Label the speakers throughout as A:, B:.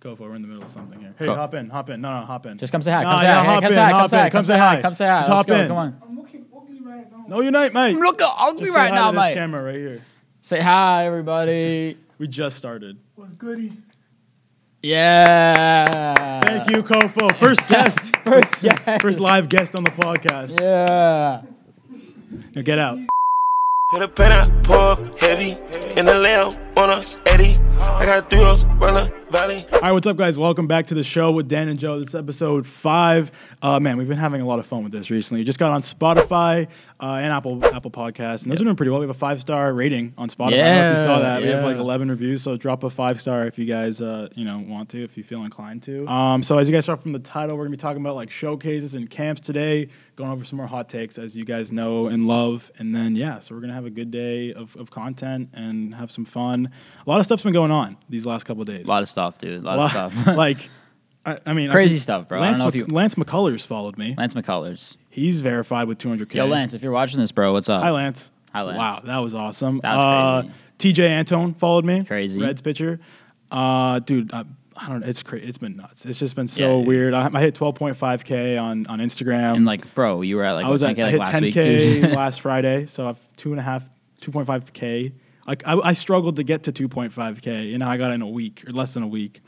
A: Kofo, we're in the middle of something here. Hey,
B: Co-
A: hop in, hop in. No, no, hop in.
B: Just come say hi.
A: No,
B: Come say
A: yeah,
B: hi. Hey,
A: hop
B: come
A: in,
B: say hi.
A: hop
B: Come
A: in,
B: say hi.
A: come
B: Come
A: say
B: say
A: hi.
B: hi. Come say hi.
A: Just
B: Let's
A: hop
B: go.
A: in.
B: Come on.
C: I'm looking ugly right now.
A: No, unite, mate.
B: I'm looking ugly
A: Just say
B: right
A: hi
B: now,
A: to this
B: mate.
A: camera right here.
B: Say hi, everybody.
A: We just started.
C: What's goody?
B: Yeah.
A: Thank you, Kofo. First guest.
B: First guest.
A: First live guest on the podcast.
B: Yeah.
A: Now get out.
D: Hit a pen out, pull up heavy. In the lamb on a Eddie. I got three rolls, run the valley.
A: All right, what's up, guys? Welcome back to the show with Dan and Joe. This is episode five. Uh, man, we've been having a lot of fun with this recently. We just got on Spotify uh, and Apple Apple Podcasts, and those are doing pretty well. We have a five star rating on Spotify. I don't know if you saw
B: Yeah,
A: that. We have
B: yeah.
A: like eleven reviews, so drop a five star if you guys uh, you know want to, if you feel inclined to. Um, so as you guys saw from the title, we're gonna be talking about like showcases and camps today, going over some more hot takes as you guys know and love, and then yeah, so we're gonna have a good day of, of content and have some fun. A lot of stuff's been going on these last couple of days
B: A lot of stuff, dude. A lot
A: lot-
B: of stuff.
A: like, I, I mean, I
B: Crazy
A: think
B: stuff, bro. I
A: Lance,
B: don't know if
A: Mc-
B: you-
A: Lance McCullers followed me.
B: Lance McCullers.
A: He's verified with 200k.
B: Yo, Lance, if you're watching this, bro, what's up?
A: Hi, Lance.
B: Hi, Lance.
A: Wow, that was awesome.
B: That was
A: Uh, TJ Antone followed me.
B: Crazy.
A: Reds pitcher. Uh, dude, I, I don't. It's cra- It's been nuts. It's just been so
B: Yeah.
A: weird. I, I hit 12.5k on on Instagram.
B: And like, bro, you were at like,
A: I was
B: what's
A: at
B: it,
A: I hit
B: like last
A: 10k
B: week, dude.
A: last Friday, so I've two and a half, 2.5k. Like I, I struggled to get to 2.5k, and I got in a week or less than a week.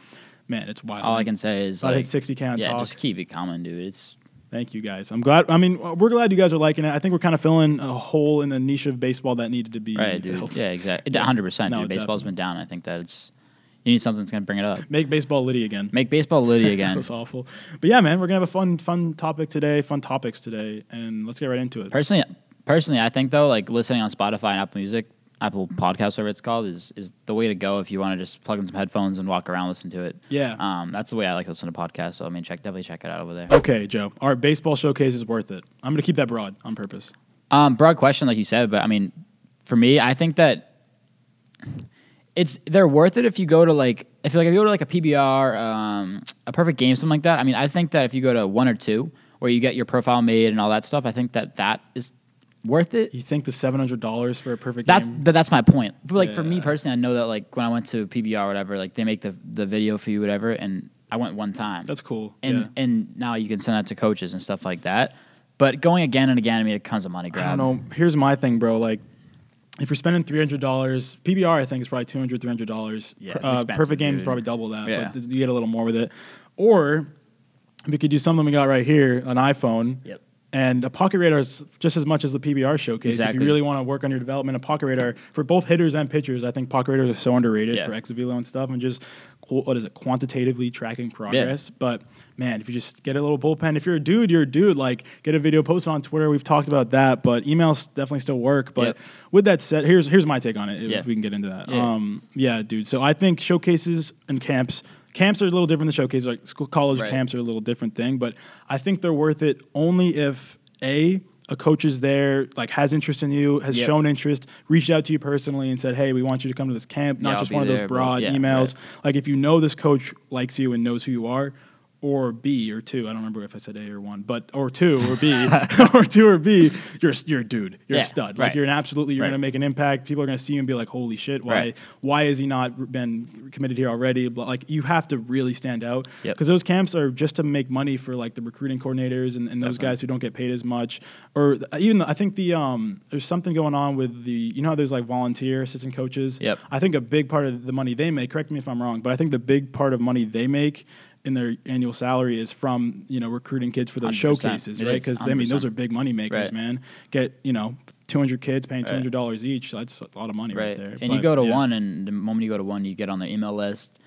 A: Man, it's wild.
B: All I can say is
A: I
B: like,
A: hit 60k on
B: yeah,
A: talk.
B: just keep it coming, dude. It's
A: Thank you guys. I'm glad. I mean, we're glad you guys are liking it. I think we're kind of filling a hole in the niche of baseball that needed to be
B: right, dude.
A: filled.
B: Yeah, exactly. 100. percent
A: No,
B: dude. Baseball's been down. I think that it's you need something that's gonna bring it up.
A: Make baseball litty again.
B: Make baseball litty
A: that
B: again.
A: was awful. But yeah, man, we're gonna have a fun, fun topic today. Fun topics today, and let's get right into it.
B: Personally, personally, I think though, like listening on Spotify and Apple Music, Apple Podcasts, whatever it's called, is is the way to go if you want to just plug in some headphones and walk around, listen to it.
A: Yeah.
B: um, that's the way I like to listen to podcasts. So I mean, check definitely check it out over there.
A: okay, Joe. Our baseball showcase is worth it. I'm gonna keep that broad on purpose.
B: Um, broad question, like you said, but I mean, for me, I think that it's they're worth it if you go to like if like if you go to like a PBR, um, a perfect game, something like that. I mean, I think that if you go to one or two, where you get your profile made and all that stuff, I think that that is worth it.
A: You think the $700 for a perfect
B: That's
A: game?
B: but that's my point. But like for me
A: Yeah.
B: personally, I know that like when I went to PBR, or whatever, like they make the the video for you, whatever, and I went one time.
A: That's cool.
B: And
A: yeah.
B: and now you can send that to coaches and stuff like that. But going again and again, I mean, it comes a money grab.
A: I don't know. Here's my thing, bro. Like, if you're spending three hundred dollars, PBR I think is probably two hundred, three hundred dollars.
B: Yeah, it's
A: uh,
B: expensive,
A: perfect game is
B: dude.
A: probably double that,
B: Yeah.
A: but you get a little more with it. Or we could do something we got right here, an iPhone.
B: Yep.
A: And a pocket radar is just as much as the PBR showcase. If
B: Exactly.
A: you really want to work on your development, a pocket radar for both hitters and pitchers, I think pocket radars are so underrated
B: Yeah.
A: for Exavilo and stuff, and just qu- what is it, quantitatively tracking progress. But man, if you just get a little bullpen, if you're a dude, you're a dude. Like get a video posted on Twitter. We've talked about that, but emails definitely still work. But
B: Yep.
A: with that said, here's here's my take on it. If
B: Yeah.
A: we can get into that,
B: Yeah.
A: um, yeah, dude. So I think showcases and camps. Camps are a little different than showcases. Like school, college
B: Right.
A: camps are a little different thing, but I think they're worth it only if a a coach is there, like has interest in you, has
B: Yep.
A: shown interest, reached out to you personally and said, "Hey, we want you to come to this camp." Not
B: Yeah, I'll
A: just
B: be
A: one of
B: there,
A: those
B: bro.
A: broad
B: Yeah,
A: emails.
B: right.
A: Like if you know this coach likes you and knows who you are, or B or two. I don't remember if I said A or one, but or two or B or two or B. You're a- you're a dude. You're
B: Yeah,
A: a stud.
B: right.
A: Like you're an absolutely. You're
B: Right.
A: gonna make an impact. People are gonna see you and be like, "Holy shit! Why
B: Right.
A: why has he not been committed here already?" But like you have to really stand out
B: Yep.
A: because those camps are just to make money for like the recruiting coordinators and, and those guys who don't get paid as much or th- even the, i think the um, there's something going on with the you know how there's like volunteer assistant coaches
B: Yep.
A: i think a big part of the money they make correct me if i'm wrong but i think the big part of money they make in their annual salary is from you know recruiting kids for those
B: 100%.
A: showcases
B: It
A: right
B: is,
A: because i mean those
B: 100%.
A: are big money makers
B: Right.
A: man get you know 200 kids paying
B: Right.
A: $200 each that's a lot of money right,
B: right
A: there
B: and you
A: But,
B: go to
A: yeah.
B: one and the moment you go to one you get on their email list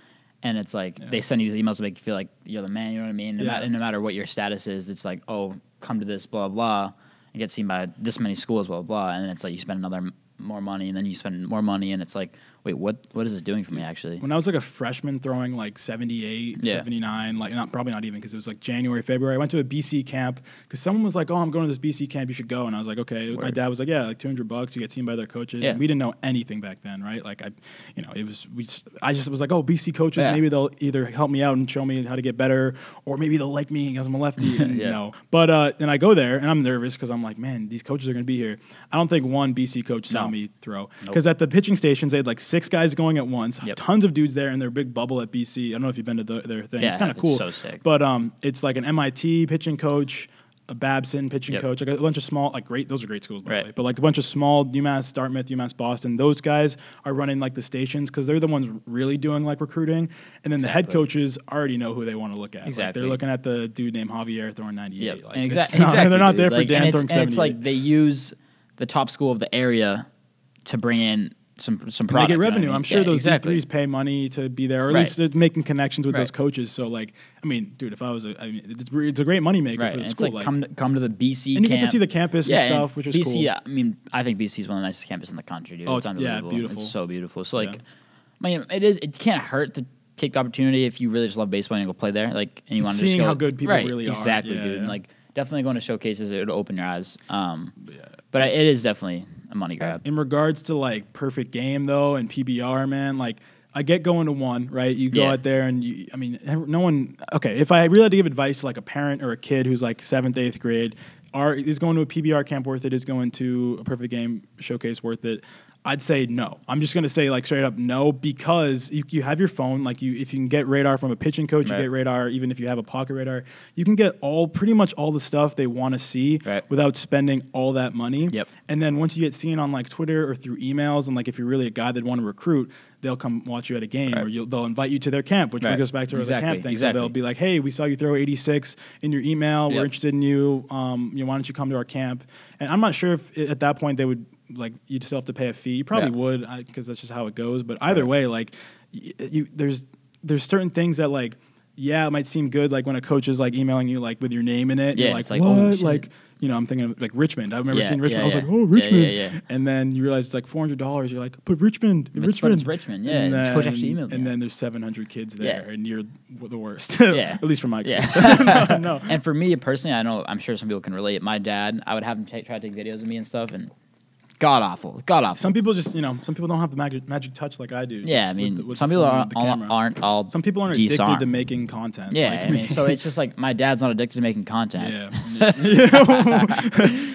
B: and it's like they send you these emails to make you feel like you're the man you know what i mean no
A: Yeah.
B: ma- and no matter what your status is it's like oh come to this blah blah and get seen by this many schools blah blah and then it's like you spend another m- more money and then you spend more money and it's like wait what what is this doing for me actually
A: when I was like a freshman throwing like 78,
B: Yeah.
A: 79, like not probably not even because it was like January, February. I went to a BC camp because someone was like, "Oh, I'm going to this BC camp. You should go." And I was like, "Okay." My
B: Word.
A: dad was like, "Yeah, like 200 bucks. You get seen by their coaches."
B: Yeah.
A: And we didn't know anything back then, right? Like I, you know, it was we. Just, I just was like, "Oh, BC coaches.
B: Yeah.
A: Maybe they'll either help me out and show me how to get better, or maybe they'll like me because I'm a lefty." And,
B: Yeah.
A: You know, but uh, and I go there and I'm nervous because I'm like, "Man, these coaches are going to be here." I don't think one BC coach saw
B: No.
A: me throw
B: Nope.
A: because at the pitching stations they had like six six guys going at once,
B: Yep.
A: tons of dudes there in their big bubble at BC. I don't know if you've been to the, their thing.
B: Yeah,
A: it's kind of
B: it's
A: cool.
B: so sick.
A: But um, it's like an MIT pitching coach, a Babson pitching
B: Yep.
A: coach, like a bunch of small, like great. Those are great schools, by
B: Right.
A: the way. But like a bunch of small UMass, Dartmouth, UMass Boston. Those guys are running like the stations because they're the ones really doing like recruiting. And then the head coaches already know who they want to look at. Like,
B: Exactly.
A: they're looking at the dude named Javier Thorn ninety
B: Yep.
A: eight. Like,
B: and exa-
A: it's not-
B: exactly,
A: They're not
B: dude.
A: there for
B: Like, and
A: Dan
B: it's,
A: Thorn
B: and
A: seventy
B: it's
A: eight.
B: like they use the top school of the area to bring in some some
A: And
B: product.
A: they get
B: you know what I
A: revenue.
B: mean?
A: I'm sure
B: Yeah,
A: those
B: exactly.
A: D3s pay money to be there, or at
B: Right.
A: least they're making connections with those
B: Right.
A: coaches. So, like, I mean, dude, if I was a, I mean, it's, it's a great moneymaker
B: Right,
A: for
B: and
A: the
B: it's
A: school.
B: like, come to, come to the BC,
A: And you get to
B: camp.
A: see the campus and
B: yeah,
A: stuff, which is
B: BC,
A: cool.
B: Yeah, I mean, I think BC is one of the nicest campuses in the country, dude.
A: Oh,
B: it's
A: yeah,
B: unbelievable.
A: beautiful.
B: It's so beautiful. So like,
A: Yeah.
B: I mean, it is. It can't hurt to take the opportunity if you really just love baseball and go play there. Like, and you
A: And
B: want to
A: seeing
B: just go,
A: how good people
B: right,
A: really are.
B: exactly,
A: Yeah,
B: dude. And
A: yeah.
B: like, definitely going to showcases, it'll open your eyes. Um, but I, it is definitely a money grab.
A: in regards to like perfect game though and PBR, man, like I get going to one, right? You go
B: Yeah.
A: out there and you, I mean, no one, okay, if I really had to give advice to like a parent or a kid who's like seventh, eighth grade, are, is going to a PBR camp worth it? Is going to a perfect game showcase worth it? I'd say no. I'm just going to say like straight up no because you, you have your phone. Like you, if you can get radar from a pitching coach,
B: Right.
A: you get radar. Even if you have a pocket radar, you can get all pretty much all the stuff they want to see
B: Right.
A: without spending all that money.
B: Yep.
A: And then once you get seen on like Twitter or through emails, and like if you're really a guy that want to recruit, they'll come watch you at a game
B: Right.
A: or you'll, they'll invite you to their camp, which
B: Right.
A: goes back to the
B: Exactly,
A: camp thing.
B: exactly.
A: So they'll be like, hey, we saw you throw 86 in your email.
B: Yep.
A: We're interested in you. Um, you know, why don't you come to our camp? And I'm not sure if i- at that point they would like you still have to pay a fee. You probably
B: Yeah.
A: would because that's just how it goes. But either way, like y- you, there's there's certain things that like. Yeah, it might seem good, like when a coach is like emailing you, like with your name in it. and
B: Yeah,
A: you're like,
B: it's like, oh,
A: what?
B: shit.
A: like, you know, I'm thinking of like Richmond. I remember
B: Yeah,
A: seeing Richmond.
B: yeah,
A: I was
B: yeah.
A: like, oh,
B: Yeah,
A: Richmond.
B: yeah, yeah.
A: And then you realize it's like four hundred dollars. You're like, but Richmond,
B: But it's- but
A: Richmond,
B: it's Richmond, yeah, this coach actually emailed me.
A: And then there's seven hundred kids there,
B: Yeah.
A: and you're w- the worst.
B: Yeah.
A: at least from my
B: Yeah.
A: experience. no, no.
B: And for me personally, I know I'm sure some people can relate. My dad, I would have him take, try to take videos of me and stuff, and god awful, god awful.
A: Some people just, you know, some people don't have the magic, magic touch like I do. just
B: yeah, I
A: with
B: mean,
A: the- with
B: some
A: the
B: people
A: phone
B: are,
A: and the camera.
B: aren't all.
A: Some people aren't
B: geese
A: addicted
B: aren't.
A: to making content.
B: Yeah,
A: like
B: I mean, so it's just like my dad's not addicted to making content.
A: yeah, yeah.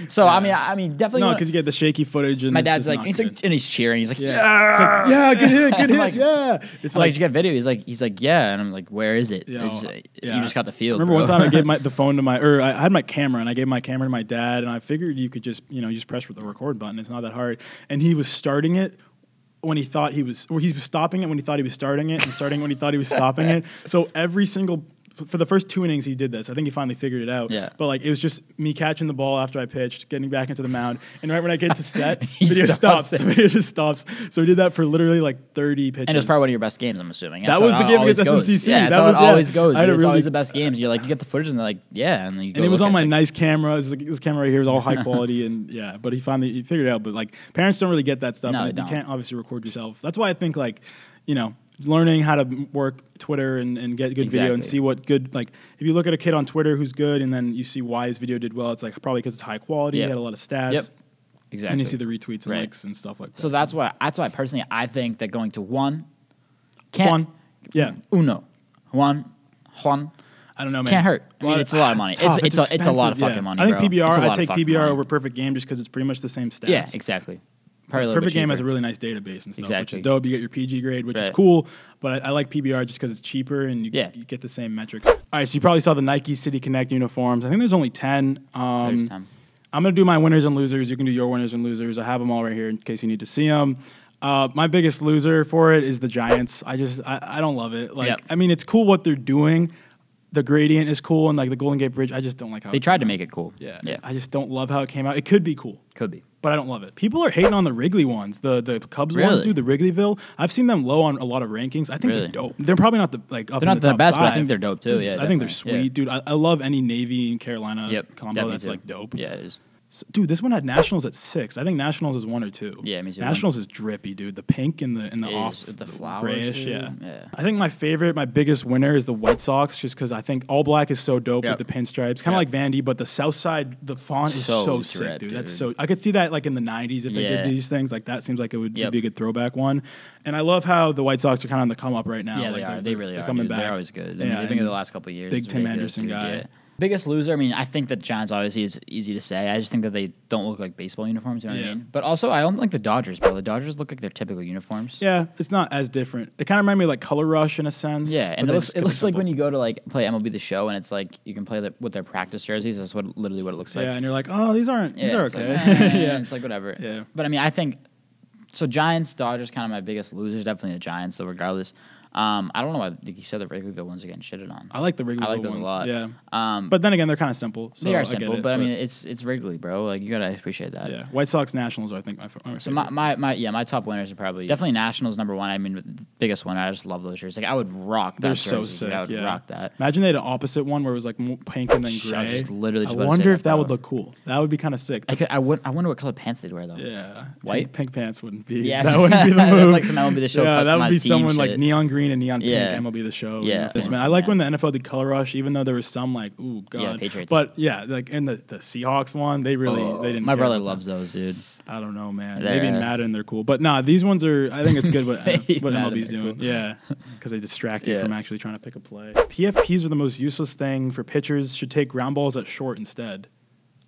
B: So I mean, I I mean, definitely.
A: no,
B: wanna-
A: because you get the shaky footage, and
B: my
A: it's
B: dad's
A: just
B: like,
A: not
B: he's
A: good.
B: like, and he's cheering. He's like, yeah.
A: yeah, It's like, yeah, get hit,
B: I'm
A: get hit,
B: like-
A: yeah. It's
B: I'm like, did you get video? He's like, he's like, yeah. And I'm like, where is it?
A: Yeah,
B: It's,
A: well,
B: uh, You
A: yeah.
B: just got the field.
A: Remember one
B: bro.
A: time I gave my the phone to my or I had my camera and I gave my camera to my dad and I figured you could just you know you just press the record button. It's not that hard. And he was starting it when he thought he was or he was stopping it when he thought he was starting it and starting it when he thought he was stopping it. So every single for the first two innings he did this. I think he finally figured it out.
B: Yeah.
A: But like it was just me catching the ball after I pitched, getting back into the mound, and right when I get to set,
B: He
A: video
B: stops
A: stops. The video just stops. So we did that for literally like thirty pitches.
B: And it was probably one of your best games, I'm assuming.
A: That
B: That's how
A: was
B: it
A: the game
B: always
A: against
B: goes.
A: SMCC.
B: Yeah, that's
A: That
B: how
A: was
B: it
A: it.
B: always goes.
A: I had
B: It's
A: a
B: always
A: really-
B: the best games. You're like, you get the footage, and they're like, yeah, and then you go
A: and it was
B: look
A: on
B: at
A: my
B: it. It's like-
A: nice camera. This, this camera here is all high quality, and yeah. But he finally he figured it out. But like parents don't really get that stuff.
B: No,
A: and
B: they
A: you
B: don't.
A: can't obviously record yourself. That's why I think like, you know, learning how to m- work Twitter and, and get good video and
B: Exactly.
A: see what good like. If you look at a kid on Twitter who's good, and then you see why his video did well, it's like probably because it's high quality.
B: Yep.
A: He had a lot of stats.
B: Yep, exactly.
A: And you see the retweets and
B: Right.
A: likes and stuff like that.
B: So that's why. That's why personally, I think that going to one, can't
A: Juan, yeah,
B: uno, Juan, Juan.
A: I don't know, man.
B: Can't hurt.
A: It's
B: I mean, it's a lot of money. It's-
A: tough.
B: it's a- it's a lot of
A: expensive,
B: fucking money,
A: I think
B: bro. It's a
A: PBR.
B: lot
A: I
B: of
A: take
B: fucking
A: PBR
B: money.
A: over Perfect Game just because it's pretty much the same stats.
B: Yeah, exactly. Probably a little
A: Perfect
B: bit
A: Game has a
B: cheaper.
A: really nice database and stuff, which
B: Exactly.
A: is dope. You get your PG grade, which is
B: Right.
A: cool. But I, I like PBR just because it's cheaper and you,
B: Yeah.
A: you get the same metrics. All right, so you probably saw the Nike City Connect uniforms. I think there's only ten. Um,
B: There's 10.
A: I'm gonna do my winners and losers. You can do your winners and losers. I have them all right here in case you need to see them. Uh, my biggest loser for it is the Giants. I just I, I don't love it. Like
B: Yep.
A: I mean, it's cool what they're doing. The gradient is cool, and like the Golden Gate Bridge, I just don't like how
B: They
A: it
B: tried to
A: came out.
B: make it cool.
A: Yeah,
B: yeah.
A: I just don't love how it came out. It could be cool
B: Could be.
A: but I don't love it. People are hating on the Wrigley ones, the the Cubs ones,
B: Really?
A: dude. The Wrigleyville. I've seen them low on a lot of rankings. I think
B: Really?
A: they're dope. They're probably not the like up
B: They're
A: in
B: not
A: the,
B: the
A: top
B: best, but I
A: five.
B: think they're dope, too. Yeah,
A: I think they're sweet,
B: definitely. Yeah.
A: dude. I, I love any Navy and Carolina
B: Yep.
A: combo.
B: definitely
A: That's
B: too.
A: like dope.
B: Yeah, it is.
A: So- dude. This one had Nationals at six. I think Nationals is one or two.
B: Yeah, me too.
A: Nationals is drippy, dude. The pink and the and the
B: It is,
A: off
B: with the flowers,
A: grayish.
B: dude.
A: Yeah.
B: Yeah.
A: I think my favorite, my biggest winner is the White Sox, just because I think all black is so dope
B: Yep.
A: with the pinstripes,
B: Yep.
A: kind of like Vandy, but the South Side, the font is
B: So
A: so, sick,
B: drip,
A: dude. That's
B: dude.
A: so. I could see that like in the '90s if they
B: Yeah.
A: did these things. Like that seems like it would
B: Yep.
A: be a good throwback one. And I love how the White Sox are kind of on the come up right now.
B: Yeah,
A: like
B: they are.
A: they're-
B: They really
A: they're
B: are.
A: Coming
B: dude.
A: back.
B: They're always good. I mean,
A: Yeah,
B: I think in
A: and
B: the last couple of years,
A: Big
B: it's
A: Tim
B: ridiculous,
A: Anderson
B: dude.
A: guy.
B: Yeah. Biggest loser. I mean, I think that Giants obviously is easy to say. I just think that they don't look like baseball uniforms. You know what
A: Yeah.
B: I mean? But also, I don't like the Dodgers, bro. The Dodgers look like their typical uniforms.
A: Yeah, it's not as different. It kind of reminded me of like Color Rush in a sense.
B: Yeah,
A: but
B: and it
A: they
B: looks
A: just
B: it
A: kept
B: looks like
A: simple.
B: when you go to like play MLB the show, and it's like you can play the, with their practice jerseys. That's what literally what it looks like.
A: yeah, and you're like, oh, these aren't these are
B: it's
A: okay.
B: Like, eh,
A: yeah,
B: it's like whatever.
A: Yeah.
B: But I mean, I think so. Giants, Dodgers, kind of my biggest losers. Definitely the Giants. So regardless, um, I don't know why like you said the Wrigleyville ones are getting shitted on.
A: I like the Wrigley
B: I like those
A: ones.
B: a lot.
A: Yeah,
B: Um, but
A: but then again, they're kind of simple. Uh, So
B: they
A: I
B: are
A: get
B: simple.
A: it,
B: but I mean, it's it's Wrigley, bro. Like you gotta appreciate that.
A: yeah, White Sox Nationals are I think my. my
B: So my, my, my yeah my top winners are probably definitely Nationals number one. I mean the biggest one. I just love those jerseys. Like I would rock that
A: They're
B: jersey.
A: so
B: dude.
A: sick.
B: I would
A: yeah.
B: rock that.
A: Imagine they had an opposite one where it was like mo- pink and then
B: Shh,
A: gray.
B: I was just literally just
A: I
B: about to say
A: wonder
B: that,
A: if that would
B: bro.
A: look cool. That would be kind of sick.
B: I could I would I wonder what color pants they'd wear though.
A: yeah,
B: White?
A: pink, pink pants wouldn't be.
B: Yes.
A: that wouldn't be the move.
B: That's like some MLB The Show
A: Yeah, that would be
B: customized team
A: someone like
B: shit.
A: neon green and neon
B: Yeah.
A: pink MLB The Show.
B: Yeah,
A: this
B: yeah.
A: man. I like when the NFL did color rush, even though there was some like, ooh god.
B: Yeah, Patriots.
A: But yeah, like in the, the Seahawks one, they really
B: Oh,
A: they didn't.
B: my
A: care
B: brother
A: about
B: loves
A: them.
B: those, dude.
A: I don't know, man.
B: They're-
A: Maybe in Madden they're cool, but nah, these ones are. I think it's good what
B: Maybe
A: what
B: Madden
A: MLB's
B: they're
A: doing.
B: cool.
A: Yeah, because they distract you
B: Yeah.
A: from actually trying to pick a play. PFPs are the most useless thing for pitchers. Should take ground balls at short instead.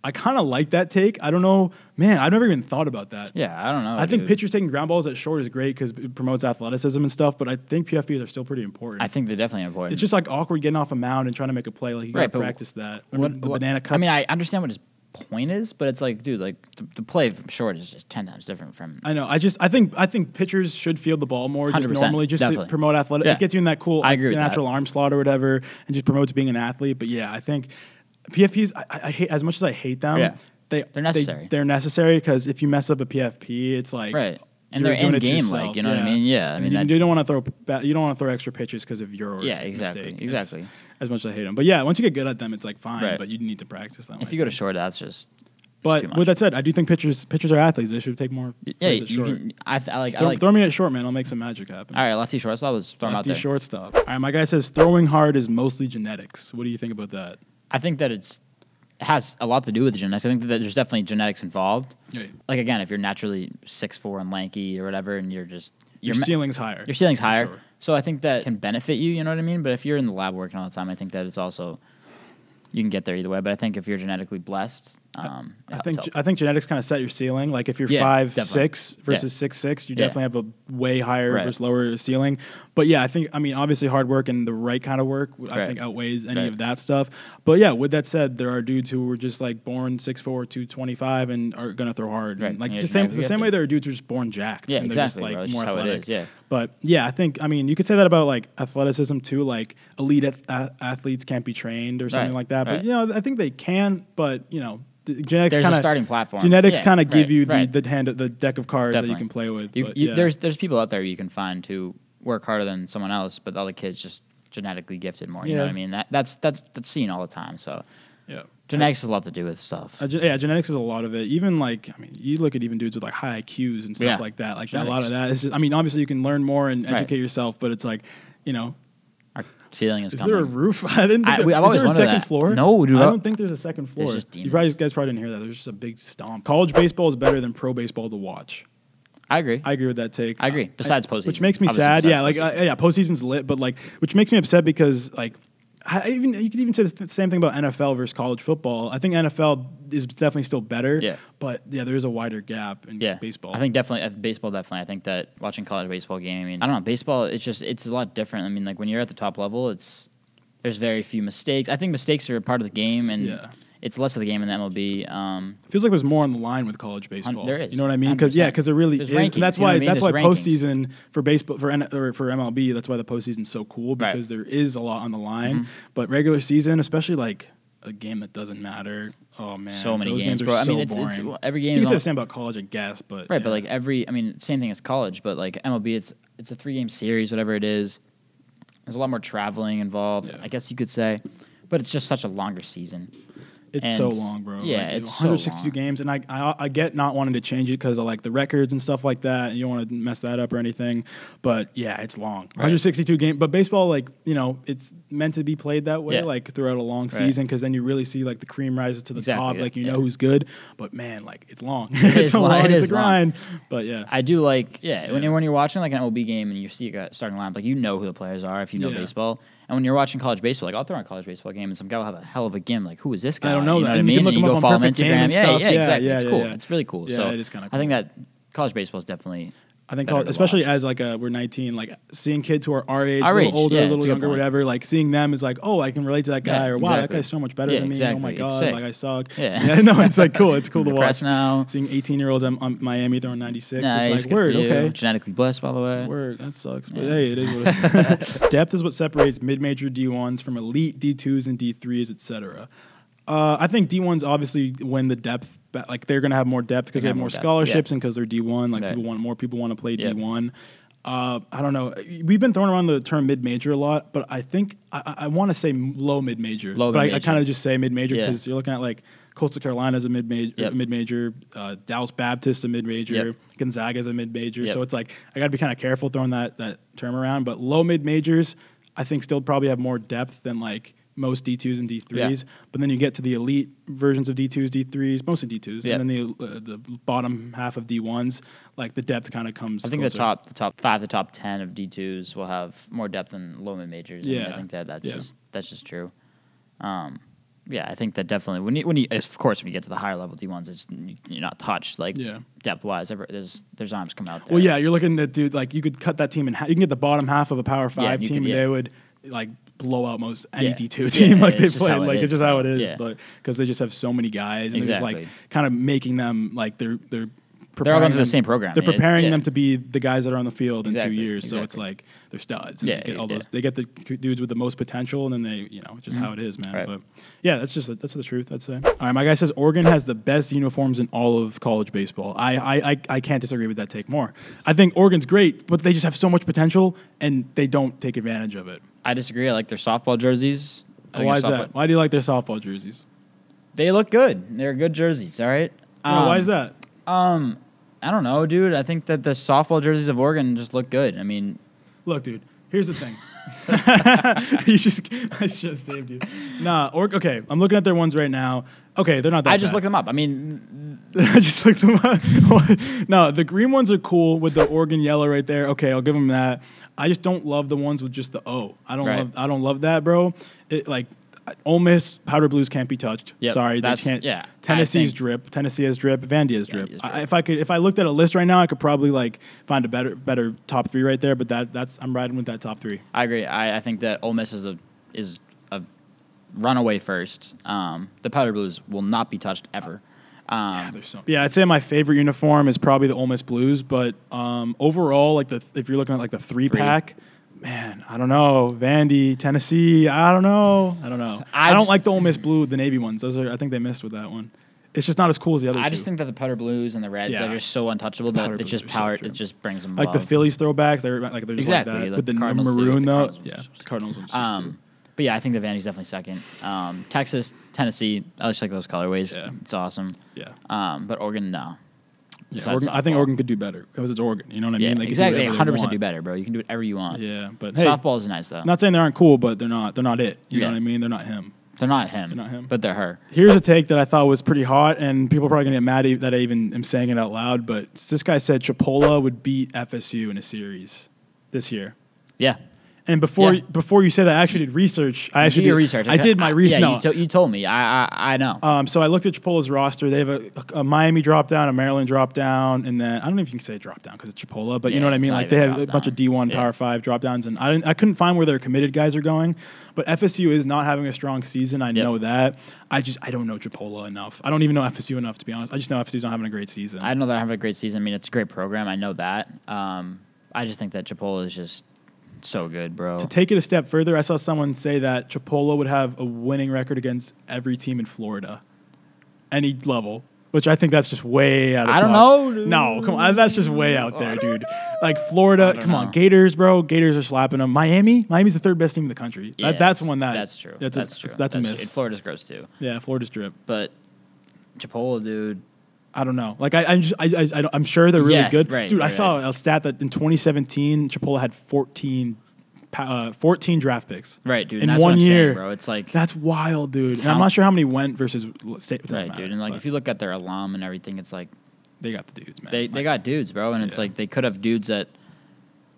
A: I kind of like that take. I don't know, man. I've never even thought about that.
B: Yeah, I don't know.
A: I think
B: Oh, dude.
A: pitchers taking ground balls at short is great because it promotes athleticism and stuff, but I think PFPs are still pretty important.
B: I think they're definitely important.
A: it's just like awkward getting off a mound and trying to make a play. Like you
B: Right,
A: gotta
B: but
A: practice that. I
B: What-
A: mean, the
B: what-
A: banana cuts.
B: I mean, I understand what his point is, but it's like, dude, like the, the play from short is just ten times different from.
A: I know. I just I think I think pitchers should field the ball more just
B: 100%,
A: normally just
B: definitely.
A: to promote athletic.
B: Yeah.
A: It gets you in that cool
B: I agree with
A: natural
B: that.
A: arm slot or whatever, and just promotes being an athlete. But yeah, I think PFPs. I, I I hate as much as I hate them.
B: Yeah.
A: They,
B: They're necessary.
A: They, are necessary because if you mess up a PFP, it's like
B: Right. And
A: you're
B: they're
A: doing it to
B: in-game, like,
A: yourself.
B: you know what I mean? Yeah, I
A: And
B: mean,
A: you,
B: that-
A: you don't want to throw ba- you don't want to throw extra pitches because of your
B: Yeah, exactly,
A: mistake.
B: exactly.
A: It's- as much as I hate them, but yeah, once you get good at them, it's like fine.
B: Right.
A: But you need to practice them.
B: If you go to short, that's just. it's too
A: but
B: much.
A: with that said, I do think pitchers pitchers are athletes. They should take more.
B: yeah,
A: plays at
B: you
A: short.
B: can, I, th- I like.
A: Throw,
B: I like
A: throw me at short, man. I'll make some magic happen.
B: all right, lefty shortstop. Let's throw him out
A: Lefty
B: there.
A: shortstop. All right, my guy says throwing hard is mostly genetics. What do you think about that?
B: I think that it's it has a lot to do with the genetics. I think that there's definitely genetics involved.
A: Yeah.
B: Like again, if you're naturally six four and lanky or whatever, and you're just
A: Your
B: you're me-
A: ceiling's higher.
B: your ceiling's
A: For
B: higher.
A: sure.
B: So I think that can benefit you. You know what I mean. But if you're in the lab working all the time, I think that it's also you can get there either way. But I think if you're genetically blessed, um,
A: I
B: it's
A: think
B: helpful.
A: I think genetics kind of set your ceiling. Like if you're
B: Yeah,
A: five
B: definitely.
A: six versus six six, you
B: Yeah.
A: definitely have a way higher
B: Right.
A: versus lower ceiling. But yeah, I think I mean obviously hard work and the right kind of work I
B: Right.
A: think outweighs any
B: Right.
A: of that stuff. But yeah, with that said, there are dudes who were just like born 6'4", 225 and are gonna throw hard.
B: Right.
A: And, like
B: Yeah,
A: the same
B: genetically
A: the same
B: gifted.
A: way there are dudes who are just born jacked.
B: Yeah,
A: and they're just,
B: exactly,
A: like
B: bro. It's
A: more
B: just how it
A: athletic.
B: is, yeah.
A: But yeah, I think I mean you could say that about like athleticism too. Like elite ath- a- athletes can't be trained or something
B: Right,
A: like that. But
B: right.
A: you know I think they can. But you know the genetics
B: There's a
A: kind of
B: starting platform.
A: Genetics
B: Yeah,
A: kind of give
B: right,
A: you the,
B: right.
A: the hand the deck of cards that you
B: Definitely.
A: can play with.
B: You,
A: but
B: you,
A: yeah.
B: There's there's people out there you can find who work harder than someone else, but the other kids just genetically gifted more. You know
A: Yeah.
B: what I mean? That that's that's that's seen all the time. So
A: yeah.
B: genetics has a lot to do with stuff.
A: Uh, gen- yeah, genetics is a lot of it. Even like, I mean, you look at even dudes with like high IQs and stuff
B: Yeah.
A: like that. Like that, a lot of that is just. I mean, obviously you can learn more and
B: Right.
A: educate yourself, but it's like, you know,
B: Our ceiling is,
A: is
B: coming.
A: there a roof? I didn't. Think
B: I-
A: there-
B: we-
A: is
B: I've always
A: there a
B: wondered
A: second
B: that.
A: floor?
B: No, dude,
A: I
B: I-
A: don't think there's a second floor.
B: just
A: You probably,
B: demons.
A: guys probably didn't hear that. There's just a big stomp. College baseball is better than pro baseball to watch.
B: I agree.
A: I agree with that take.
B: I agree. Besides
A: which
B: postseason.
A: makes me
B: Obviously,
A: sad.
B: besides
A: Yeah, like
B: postseason.
A: uh, yeah, postseason's lit, but like, which makes me upset because like, I even you could even say the th- same thing about NFL versus college football. I think NFL is definitely still better.
B: Yeah.
A: but yeah, there is a wider gap in
B: yeah,
A: baseball.
B: I think definitely uh, baseball. Definitely, I think that watching college baseball game. I mean, I don't know. Baseball, it's just it's a lot different. I mean, like when you're at the top level, it's there's very few mistakes. I think mistakes are a part of the game, and
A: Yeah.
B: it's less of the game in the MLB. Um,
A: It feels like there's more on the line with college baseball.
B: there is.
A: You know what I mean? Because yeah,
B: 100%.
A: because there really
B: There's
A: is.
B: rankings,
A: and that's
B: you know
A: why
B: what I mean?
A: that's why
B: There's rankings.
A: postseason for baseball for N- or for MLB. That's why the postseason's so cool
B: Right. Mm-hmm.
A: because there is a lot on the line. But regular season, especially like a game that doesn't matter. Oh man,
B: So many
A: those
B: games,
A: are
B: bro. I
A: so
B: mean, it's-
A: boring.
B: it's- well, every game
A: You can
B: is
A: say the
B: al-
A: same about college, I guess, but
B: Right,
A: yeah.
B: but like every, I mean, same thing as college, but like MLB, it's it's a three game series, whatever it is. There's a lot more traveling involved,
A: Yeah.
B: I guess you could say, but it's just such a longer season.
A: It's
B: And
A: so long, bro.
B: yeah,
A: like,
B: it's so
A: 162
B: long.
A: games, and I, I I get not wanting to change it because of like the records and stuff like that, and you don't want to mess that up or anything. But yeah, it's long, 162 games. But baseball, like you know, it's meant to be played that way,
B: Yeah.
A: like throughout a long season, because then you really see like the cream rises to the
B: Exactly,
A: top,
B: yeah,
A: like you
B: yeah.
A: know who's good. But man, like it's long. it's
B: is
A: a
B: long,
A: long.
B: it
A: It's a
B: is long.
A: grind. But yeah,
B: I do like, yeah, when
A: Yeah.
B: you're when you're watching like an MLB game and you see a starting lineup, like you know who the players are if you know
A: Yeah.
B: baseball. And when you're watching college baseball, like I'll throw on a college baseball game, and some guy will have a hell of a game. Like, who is this guy?
A: I don't know
B: You
A: that.
B: what I
A: And you
B: mean?
A: can look
B: and
A: him
B: you
A: up
B: go
A: on
B: follow him
A: Perfect Game
B: Instagram.
A: and
B: Yeah,
A: stuff.
B: yeah,
A: Yeah,
B: exactly.
A: yeah,
B: it's
A: yeah,
B: cool.
A: yeah.
B: It's really cool.
A: Yeah,
B: so
A: it is kinda
B: I think
A: cool.
B: that college baseball is definitely.
A: I think,
B: better
A: college,
B: to
A: especially
B: watch.
A: as like a we're 19, like seeing kids who are our age,
B: Our
A: a little
B: age,
A: older,
B: yeah,
A: a
B: it's
A: little
B: a good
A: younger,
B: point.
A: whatever. Like seeing them is like, oh, I can relate to that guy,
B: Yeah,
A: or wow, that
B: exactly.
A: guy's so much better
B: Yeah,
A: than me. Oh my
B: exactly. It's
A: god,
B: sick.
A: like I suck.
B: Yeah.
A: yeah, no, it's like cool. It's cool to watch.
B: Depressed now.
A: Seeing 18 year olds on, on Miami throwing 96,
B: Nice,
A: it's like
B: good for
A: word,
B: you.
A: okay.
B: Genetically blessed, by the way.
A: Word, that sucks. But hey, it is what it is. Depth is what separates mid-major D1s from elite D2s and D3s, etc. Uh, I think D1s obviously win the depth. ba- Like they're going to have more depth because they
B: They're
A: have
B: gonna
A: more
B: have more depth,
A: scholarships
B: yeah.
A: and because they're D1. Like
B: Right.
A: people want more people want to play
B: Yep.
A: D1. Uh, I don't know. We've been throwing around the term mid-major a lot, but I think I, I want to say m- low mid-major.
B: Low
A: but I- I,
B: mid-major.
A: kind of just say mid-major
B: Yeah.
A: because you're looking at like Coastal Carolina is a mid-major,
B: Yep.
A: mid-major. Uh, Dallas Baptist a mid-major.
B: Yep.
A: Gonzaga is a mid-major.
B: Yep.
A: So it's like I got to be kind of careful throwing that that term around. But low mid majors, I think, still probably have more depth than like most D twos and D threes. But then you get to the elite versions of D twos, D threes, mostly D twos,
B: Yep.
A: and then the uh, the bottom half of D ones, like the depth kind of comes.
B: I think
A: closer.
B: the top, the top five, the top ten of D twos will have more depth than low mid majors. Yeah,
A: Yeah.
B: I think that that's
A: Yeah.
B: just that's just true. Um, yeah, I think that definitely when you when you as- of course when you get to the higher level D ones, it's you- you're not touched like
A: Yeah.
B: depth wise. There's there's arms come out there.
A: Well, yeah, you're looking at dude like you could cut that team in. half. You can get the bottom half of a Power Five
B: you
A: team,
B: could-
A: and
B: yeah.
A: they would like blow out most any
B: Yeah.
A: D two
B: Yeah,
A: team like
B: it's
A: they
B: just
A: play.
B: how it
A: Like
B: is.
A: it's just how it is,
B: Yeah.
A: but because they just have so many guys, and they're
B: Exactly.
A: just like kind of making them like they're they're.
B: They're
A: preparing
B: all going through the
A: them-
B: same program.
A: They're
B: Yeah,
A: preparing
B: yeah.
A: them to be the guys that are on the field in
B: Exactly,
A: two years. So it's
B: exactly.
A: like they're studs. And
B: Yeah,
A: they get all
B: yeah.
A: those. They get the c- dudes with the most potential, and then they, you know, just how it is, man.
B: Mm-hmm. Right.
A: But yeah, that's just that's the truth. I'd say. All right, my guy says Oregon has the best uniforms in all of college baseball. I I I, I can't disagree with that take more. I think Oregon's great, but they just have so much potential, and they don't take advantage of it.
B: I disagree. I like their softball jerseys. I think
A: Why
B: their
A: is
B: softball-
A: that? Why do you like their softball jerseys?
B: They look good. They're good jerseys. All right.
A: Yeah, why
B: Um,
A: is that?
B: I don't know, dude. I think that the softball jerseys of Oregon just look good. I mean,
A: Look, dude. Here's the thing. you just, I just saved you. Nah, or, okay. I'm looking at their ones right now. Okay, they're not that.
B: I just
A: bad.
B: looked them up. I mean,
A: I just looked them up. no, the green ones are cool with the Oregon yellow right there. Okay, I'll give them that. I just don't love the ones with just the O. I don't
B: Right.
A: love. I don't love that, bro. It like. Ole Miss powder blues can't be touched.
B: Yep,
A: Sorry, they
B: that's-
A: can't.
B: yeah, I
A: Tennessee's
B: think-
A: drip. Tennessee has drip. Vandia's drip.
B: Vandy's
A: I,
B: drip.
A: if I could, if I looked at a list right now, I could probably like find a better, better top three right there. But that, that's I'm riding with that top three.
B: I agree. I, I think that Ole Miss is a is a runaway first. Um, the Powder Blues will not be touched ever. Um,
A: There's some- Yeah, I'd say my favorite uniform is probably the Ole Miss Blues, but um, overall, like the if you're looking at like the three,
B: Three.
A: pack, man, I don't know. Vandy, Tennessee, I don't know. I don't know. I,
B: I
A: don't
B: j-
A: like the Ole Miss blue, the navy ones. Those are I think they missed with that one. It's just not as cool as the other.
B: I
A: two.
B: just think that the Powder Blues and the Reds
A: Yeah.
B: are just so untouchable
A: Powder
B: that it
A: Blues
B: just
A: are so
B: power.
A: true.
B: it just brings them
A: like the
B: love.
A: Phillies throwbacks. They're like they're just
B: Exactly,
A: like that.
B: like
A: but the,
B: the Cardinals do,
A: maroon
B: the
A: though,
B: Cardinals
A: yeah,
B: ones.
A: the Cardinals. ones are sick, too.
B: Um, but yeah, I think the Vandy's definitely second. Um, Texas, Tennessee, I just like those colorways.
A: Yeah.
B: It's awesome.
A: Yeah.
B: Um, but Oregon, no.
A: Yeah,
B: so
A: Oregon,
B: that's
A: I think
B: softball.
A: Oregon could do better because it's Oregon. You know what I mean? They
B: Yeah,
A: could do
B: exactly.
A: whatever they
B: 100%
A: want.
B: do better, bro. You can do whatever you want.
A: Yeah, but hey,
B: Softball is nice, though.
A: Not saying they aren't cool, but they're not. They're not it. You
B: Yeah.
A: know what I mean? They're not him.
B: they're not him.
A: They're not him.
B: But they're her.
A: Here's a take that I thought was pretty hot, and people are probably gonna get mad e- that I even am saying it out loud. But this guy said Chipola would beat FSU in a series this year.
B: Yeah.
A: And before
B: Yeah.
A: before you say that, I actually did research. I
B: do
A: actually
B: your
A: did,
B: research. Uh,
A: I did my
B: Yeah,
A: research.
B: you, to- you told me. I I, I know.
A: Um, so I looked at Chipola's roster. They have a, a Miami drop down, a Maryland drop down, and then I don't know if you can say drop down because it's Chipola, but you
B: Yeah,
A: know what I
B: it's
A: mean.
B: not
A: Like they
B: even
A: have a
B: drop
A: bunch of D
B: down.
A: one
B: Yeah.
A: Power Five drop downs, and I didn't, I couldn't find where their committed guys are going. But FSU is not having a strong season. I
B: Yep.
A: know that. I just I don't know Chipola enough. I don't even know FSU enough to be honest. I just know FSU's not having a great season.
B: I know they're having a great season. I mean, it's a great program. I know that. Um, I just think that Chipotle is just so good, bro.
A: to take it a step further, I saw someone say that Chipola would have a winning record against every team in Florida, any level. Which I think that's just way out. of
B: I don't
A: pocket.
B: know, dude.
A: No, come on, that's just way out there, dude. Like Florida, come on,
B: know.
A: Gators, bro. Gators are slapping them. Miami, Miami's the third best team in the country.
B: Yeah,
A: that, that's
B: it's-
A: one that.
B: That's true.
A: That's,
B: That's,
A: a,
B: true.
A: That's, a
B: true.
A: miss.
B: Florida's gross too,
A: yeah, Florida's drip.
B: but Chipotle, dude.
A: I don't know. Like I, I'm just, I, I, I don't- I'm sure they're really
B: Yeah,
A: good,
B: right,
A: dude. I
B: right,
A: saw a stat that in 2017, Chipola had 14, pa- uh, 14 draft picks.
B: Right, dude.
A: In
B: and that's
A: one
B: what I'm
A: year,
B: saying, bro. It's like
A: That's wild, dude. And I'm
B: Talent.
A: not sure how many went versus state.
B: right, dude. And like, if you look at their alum and everything, it's like
A: they got the dudes, man.
B: they they got dudes, bro. And it's
A: Yeah.
B: like they could have dudes that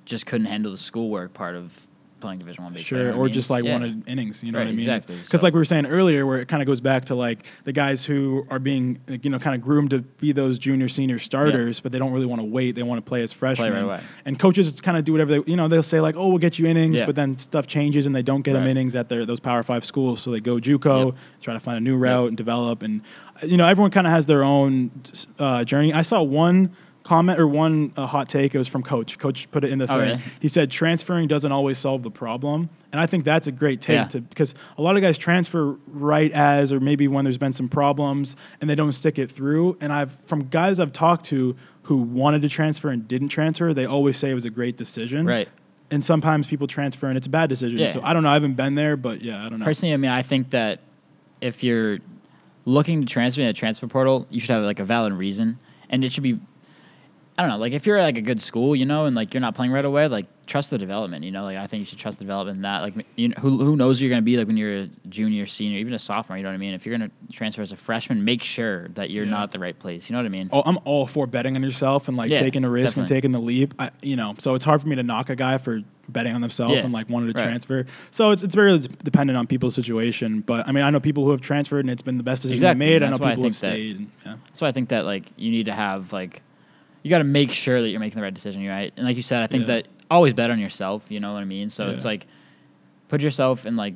B: just couldn't handle the schoolwork part of playing Division One baseball. you
A: Sure,
B: know what I
A: or
B: mean?
A: just like
B: Yeah.
A: wanted innings. You know
B: Right,
A: what I mean?
B: exactly.
A: Because
B: So-
A: like we were saying earlier, where it kind of goes back to like the guys who are being like, you know kind of groomed to be those junior senior starters, but they don't really want to wait. They want to play as freshmen.
B: away.
A: And coaches kind of do whatever they you know they'll say like oh we'll get you innings,
B: Yeah.
A: but then stuff changes and they don't get them
B: Right.
A: innings at their those power five schools, so they go JUCO,
B: Yep.
A: try to find a new route and develop. And uh, you know everyone kind of has their own uh, journey. I saw one. Comment or one uh, hot take. It was from Coach. Coach put it in the
B: Oh,
A: thing.
B: really?
A: He said transferring doesn't always solve the problem. And I think that's a great take
B: Yeah.
A: to, because a lot of guys transfer right as or maybe when there's been some problems and they don't stick it through. And I've from guys I've talked to who wanted to transfer and didn't transfer, they always say it was a great decision.
B: Right.
A: And sometimes people transfer and it's a bad decision.
B: Yeah.
A: So I don't know. I haven't been there, but yeah, I don't know.
B: personally, I mean, I think that if you're looking to transfer in a transfer portal, you should have like a valid reason, and it should be. I don't know, like if you're at like a good school, you know, and like you're not playing right away, like trust the development, you know. Like I think you should trust the development in that, like you know, who who knows who you're gonna be like when you're a junior, senior, even a sophomore. You know what I mean? If you're gonna transfer as a freshman, make sure that you're
A: Yeah.
B: not at the right place. You know what I mean?
A: all, Oh, I'm all for betting on yourself and like
B: Yeah,
A: taking the risk
B: definitely.
A: and taking the leap. I, you know, so it's hard for me to knock a guy for betting on themselves
B: Yeah,
A: and like wanting to
B: right.
A: transfer. So it's it's very d- dependent on people's situation. But I mean, I know people who have transferred and it's been the best decision
B: Exactly,
A: they made. I
B: and
A: know
B: that's why I
A: people who have
B: think that-
A: stayed. And, yeah.
B: So I think that like you need to have like you got to make sure that you're making the right decision, right? And like you said, I think
A: Yeah.
B: that always bet on yourself. You know what I mean? So it's
A: Yeah.
B: like put yourself in like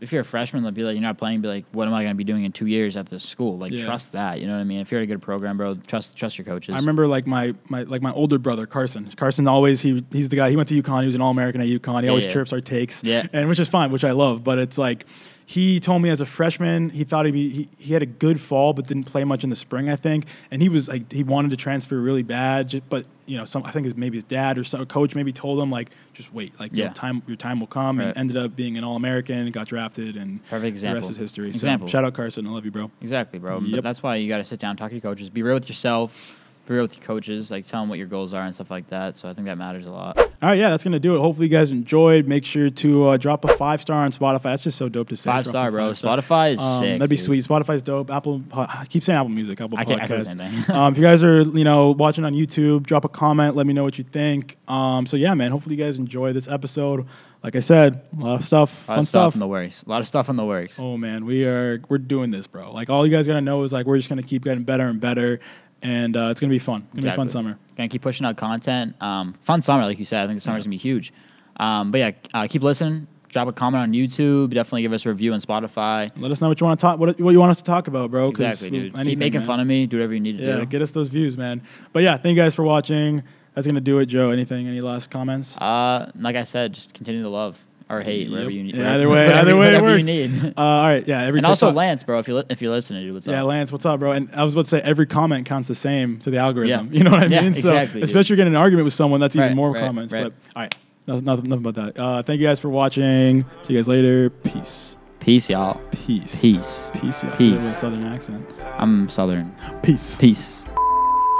B: if you're a freshman, like be like you're not playing, be like what am I going to be doing in two years at this school? Like
A: Yeah.
B: trust that. You know what I mean? If you're at a good program, bro, trust trust your coaches.
A: I remember like my, my like my older brother Carson. Carson always he he's the guy. He went to UConn. He was an All American at UConn. He
B: Yeah,
A: always
B: yeah.
A: chirps our takes,
B: Yeah.
A: and which is fine, which I love. But it's like he told me as a freshman he thought he'd be, he he had a good fall, but didn't play much in the spring, I think. And he was like he wanted to transfer really bad, ju- but you know some I think it's maybe his dad or some coach maybe told him like just wait, like
B: Yeah.
A: your time your time will come,
B: Right.
A: and ended up being an All American, got drafted, and
B: Perfect
A: the
B: example.
A: rest is history.
B: Example.
A: So shout out Carson, I love you, bro.
B: Exactly, bro. But
A: Yep.
B: that's why you got to sit down, talk to your coaches, be real with yourself, be real with your coaches, like tell them what your goals are and stuff like that. So I think that matters a lot.
A: All right, yeah, that's gonna do it. Hopefully, you guys enjoyed. Make sure to uh, drop a five star on Spotify. That's just so dope to say.
B: Five
A: Drop
B: star,
A: a
B: bro.
A: five-star.
B: Spotify is
A: Um,
B: sick.
A: that'd be
B: dude.
A: sweet. Spotify's dope. Apple, po- I keep saying Apple Music, Apple
B: I can't- I said the
A: Podcasts.
B: same thing.
A: um, if you guys are, you know, watching on YouTube, drop a comment. Let me know what you think. Um, so yeah, man. Hopefully, you guys enjoy this episode. Like I said, a lot of stuff,
B: A lot
A: fun
B: of stuff in the works. A lot of stuff in the works.
A: Oh man, we are we're doing this, bro. Like all you guys gotta know is like we're just gonna keep getting better and better, and uh, it's gonna be fun. It's gonna be a fun
B: Exactly.
A: summer.
B: Gonna keep pushing out content. Um, fun summer, like you said. I think the summer's gonna be huge. Um, but yeah, uh, keep listening. Drop a comment on YouTube. Definitely give us a review on Spotify.
A: Let us know what you want to talk, what, what you want us to talk about, bro. 'cause
B: Exactly, dude.
A: anything,
B: keep making
A: man.
B: fun of me. Do whatever you need to
A: Yeah,
B: do.
A: get us those views, man. But yeah, thank you guys for watching. That's gonna do it, Joe. Anything? Any last comments?
B: uh, like I said, just continue to love or hate wherever
A: Yep.
B: you need.
A: Yeah,
B: wherever-
A: either way,
B: whatever,
A: either way, it
B: whatever
A: works.
B: you need.
A: Uh, all right, yeah. Every
B: and also
A: TikTok-
B: Lance, bro. If you li- if you're listening, dude, what's
A: Yeah,
B: up?
A: Lance, what's up, bro? And I was about to say every comment counts the same to the algorithm.
B: Yeah.
A: You know what I
B: Yeah,
A: mean? So
B: exactly, dude.
A: especially if you get in an argument with someone, that's
B: Right,
A: even more
B: right,
A: comments.
B: right.
A: But all right, no, nothing, nothing about that. Uh, thank you guys for watching. See you guys later. Peace.
B: Peace, y'all.
A: Peace.
B: Peace.
A: Peace. Yeah.
B: Peace.
A: With a southern accent.
B: I'm Southern.
A: Peace.
B: Peace.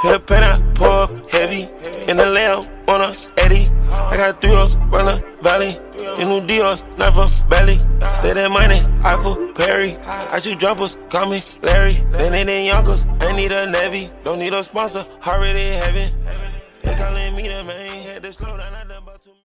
D: Hit a pen, I pour up heavy. In the lamb on a Eddie. I got three O's, Rella Valley. In New Dior's, not for belly. Stay that money, I for Perry. I shoot jumpers, call me Larry. Then they did Yonkers, I need a Navy. Don't need a sponsor, already in heaven. They calling me the man, had to slow down. I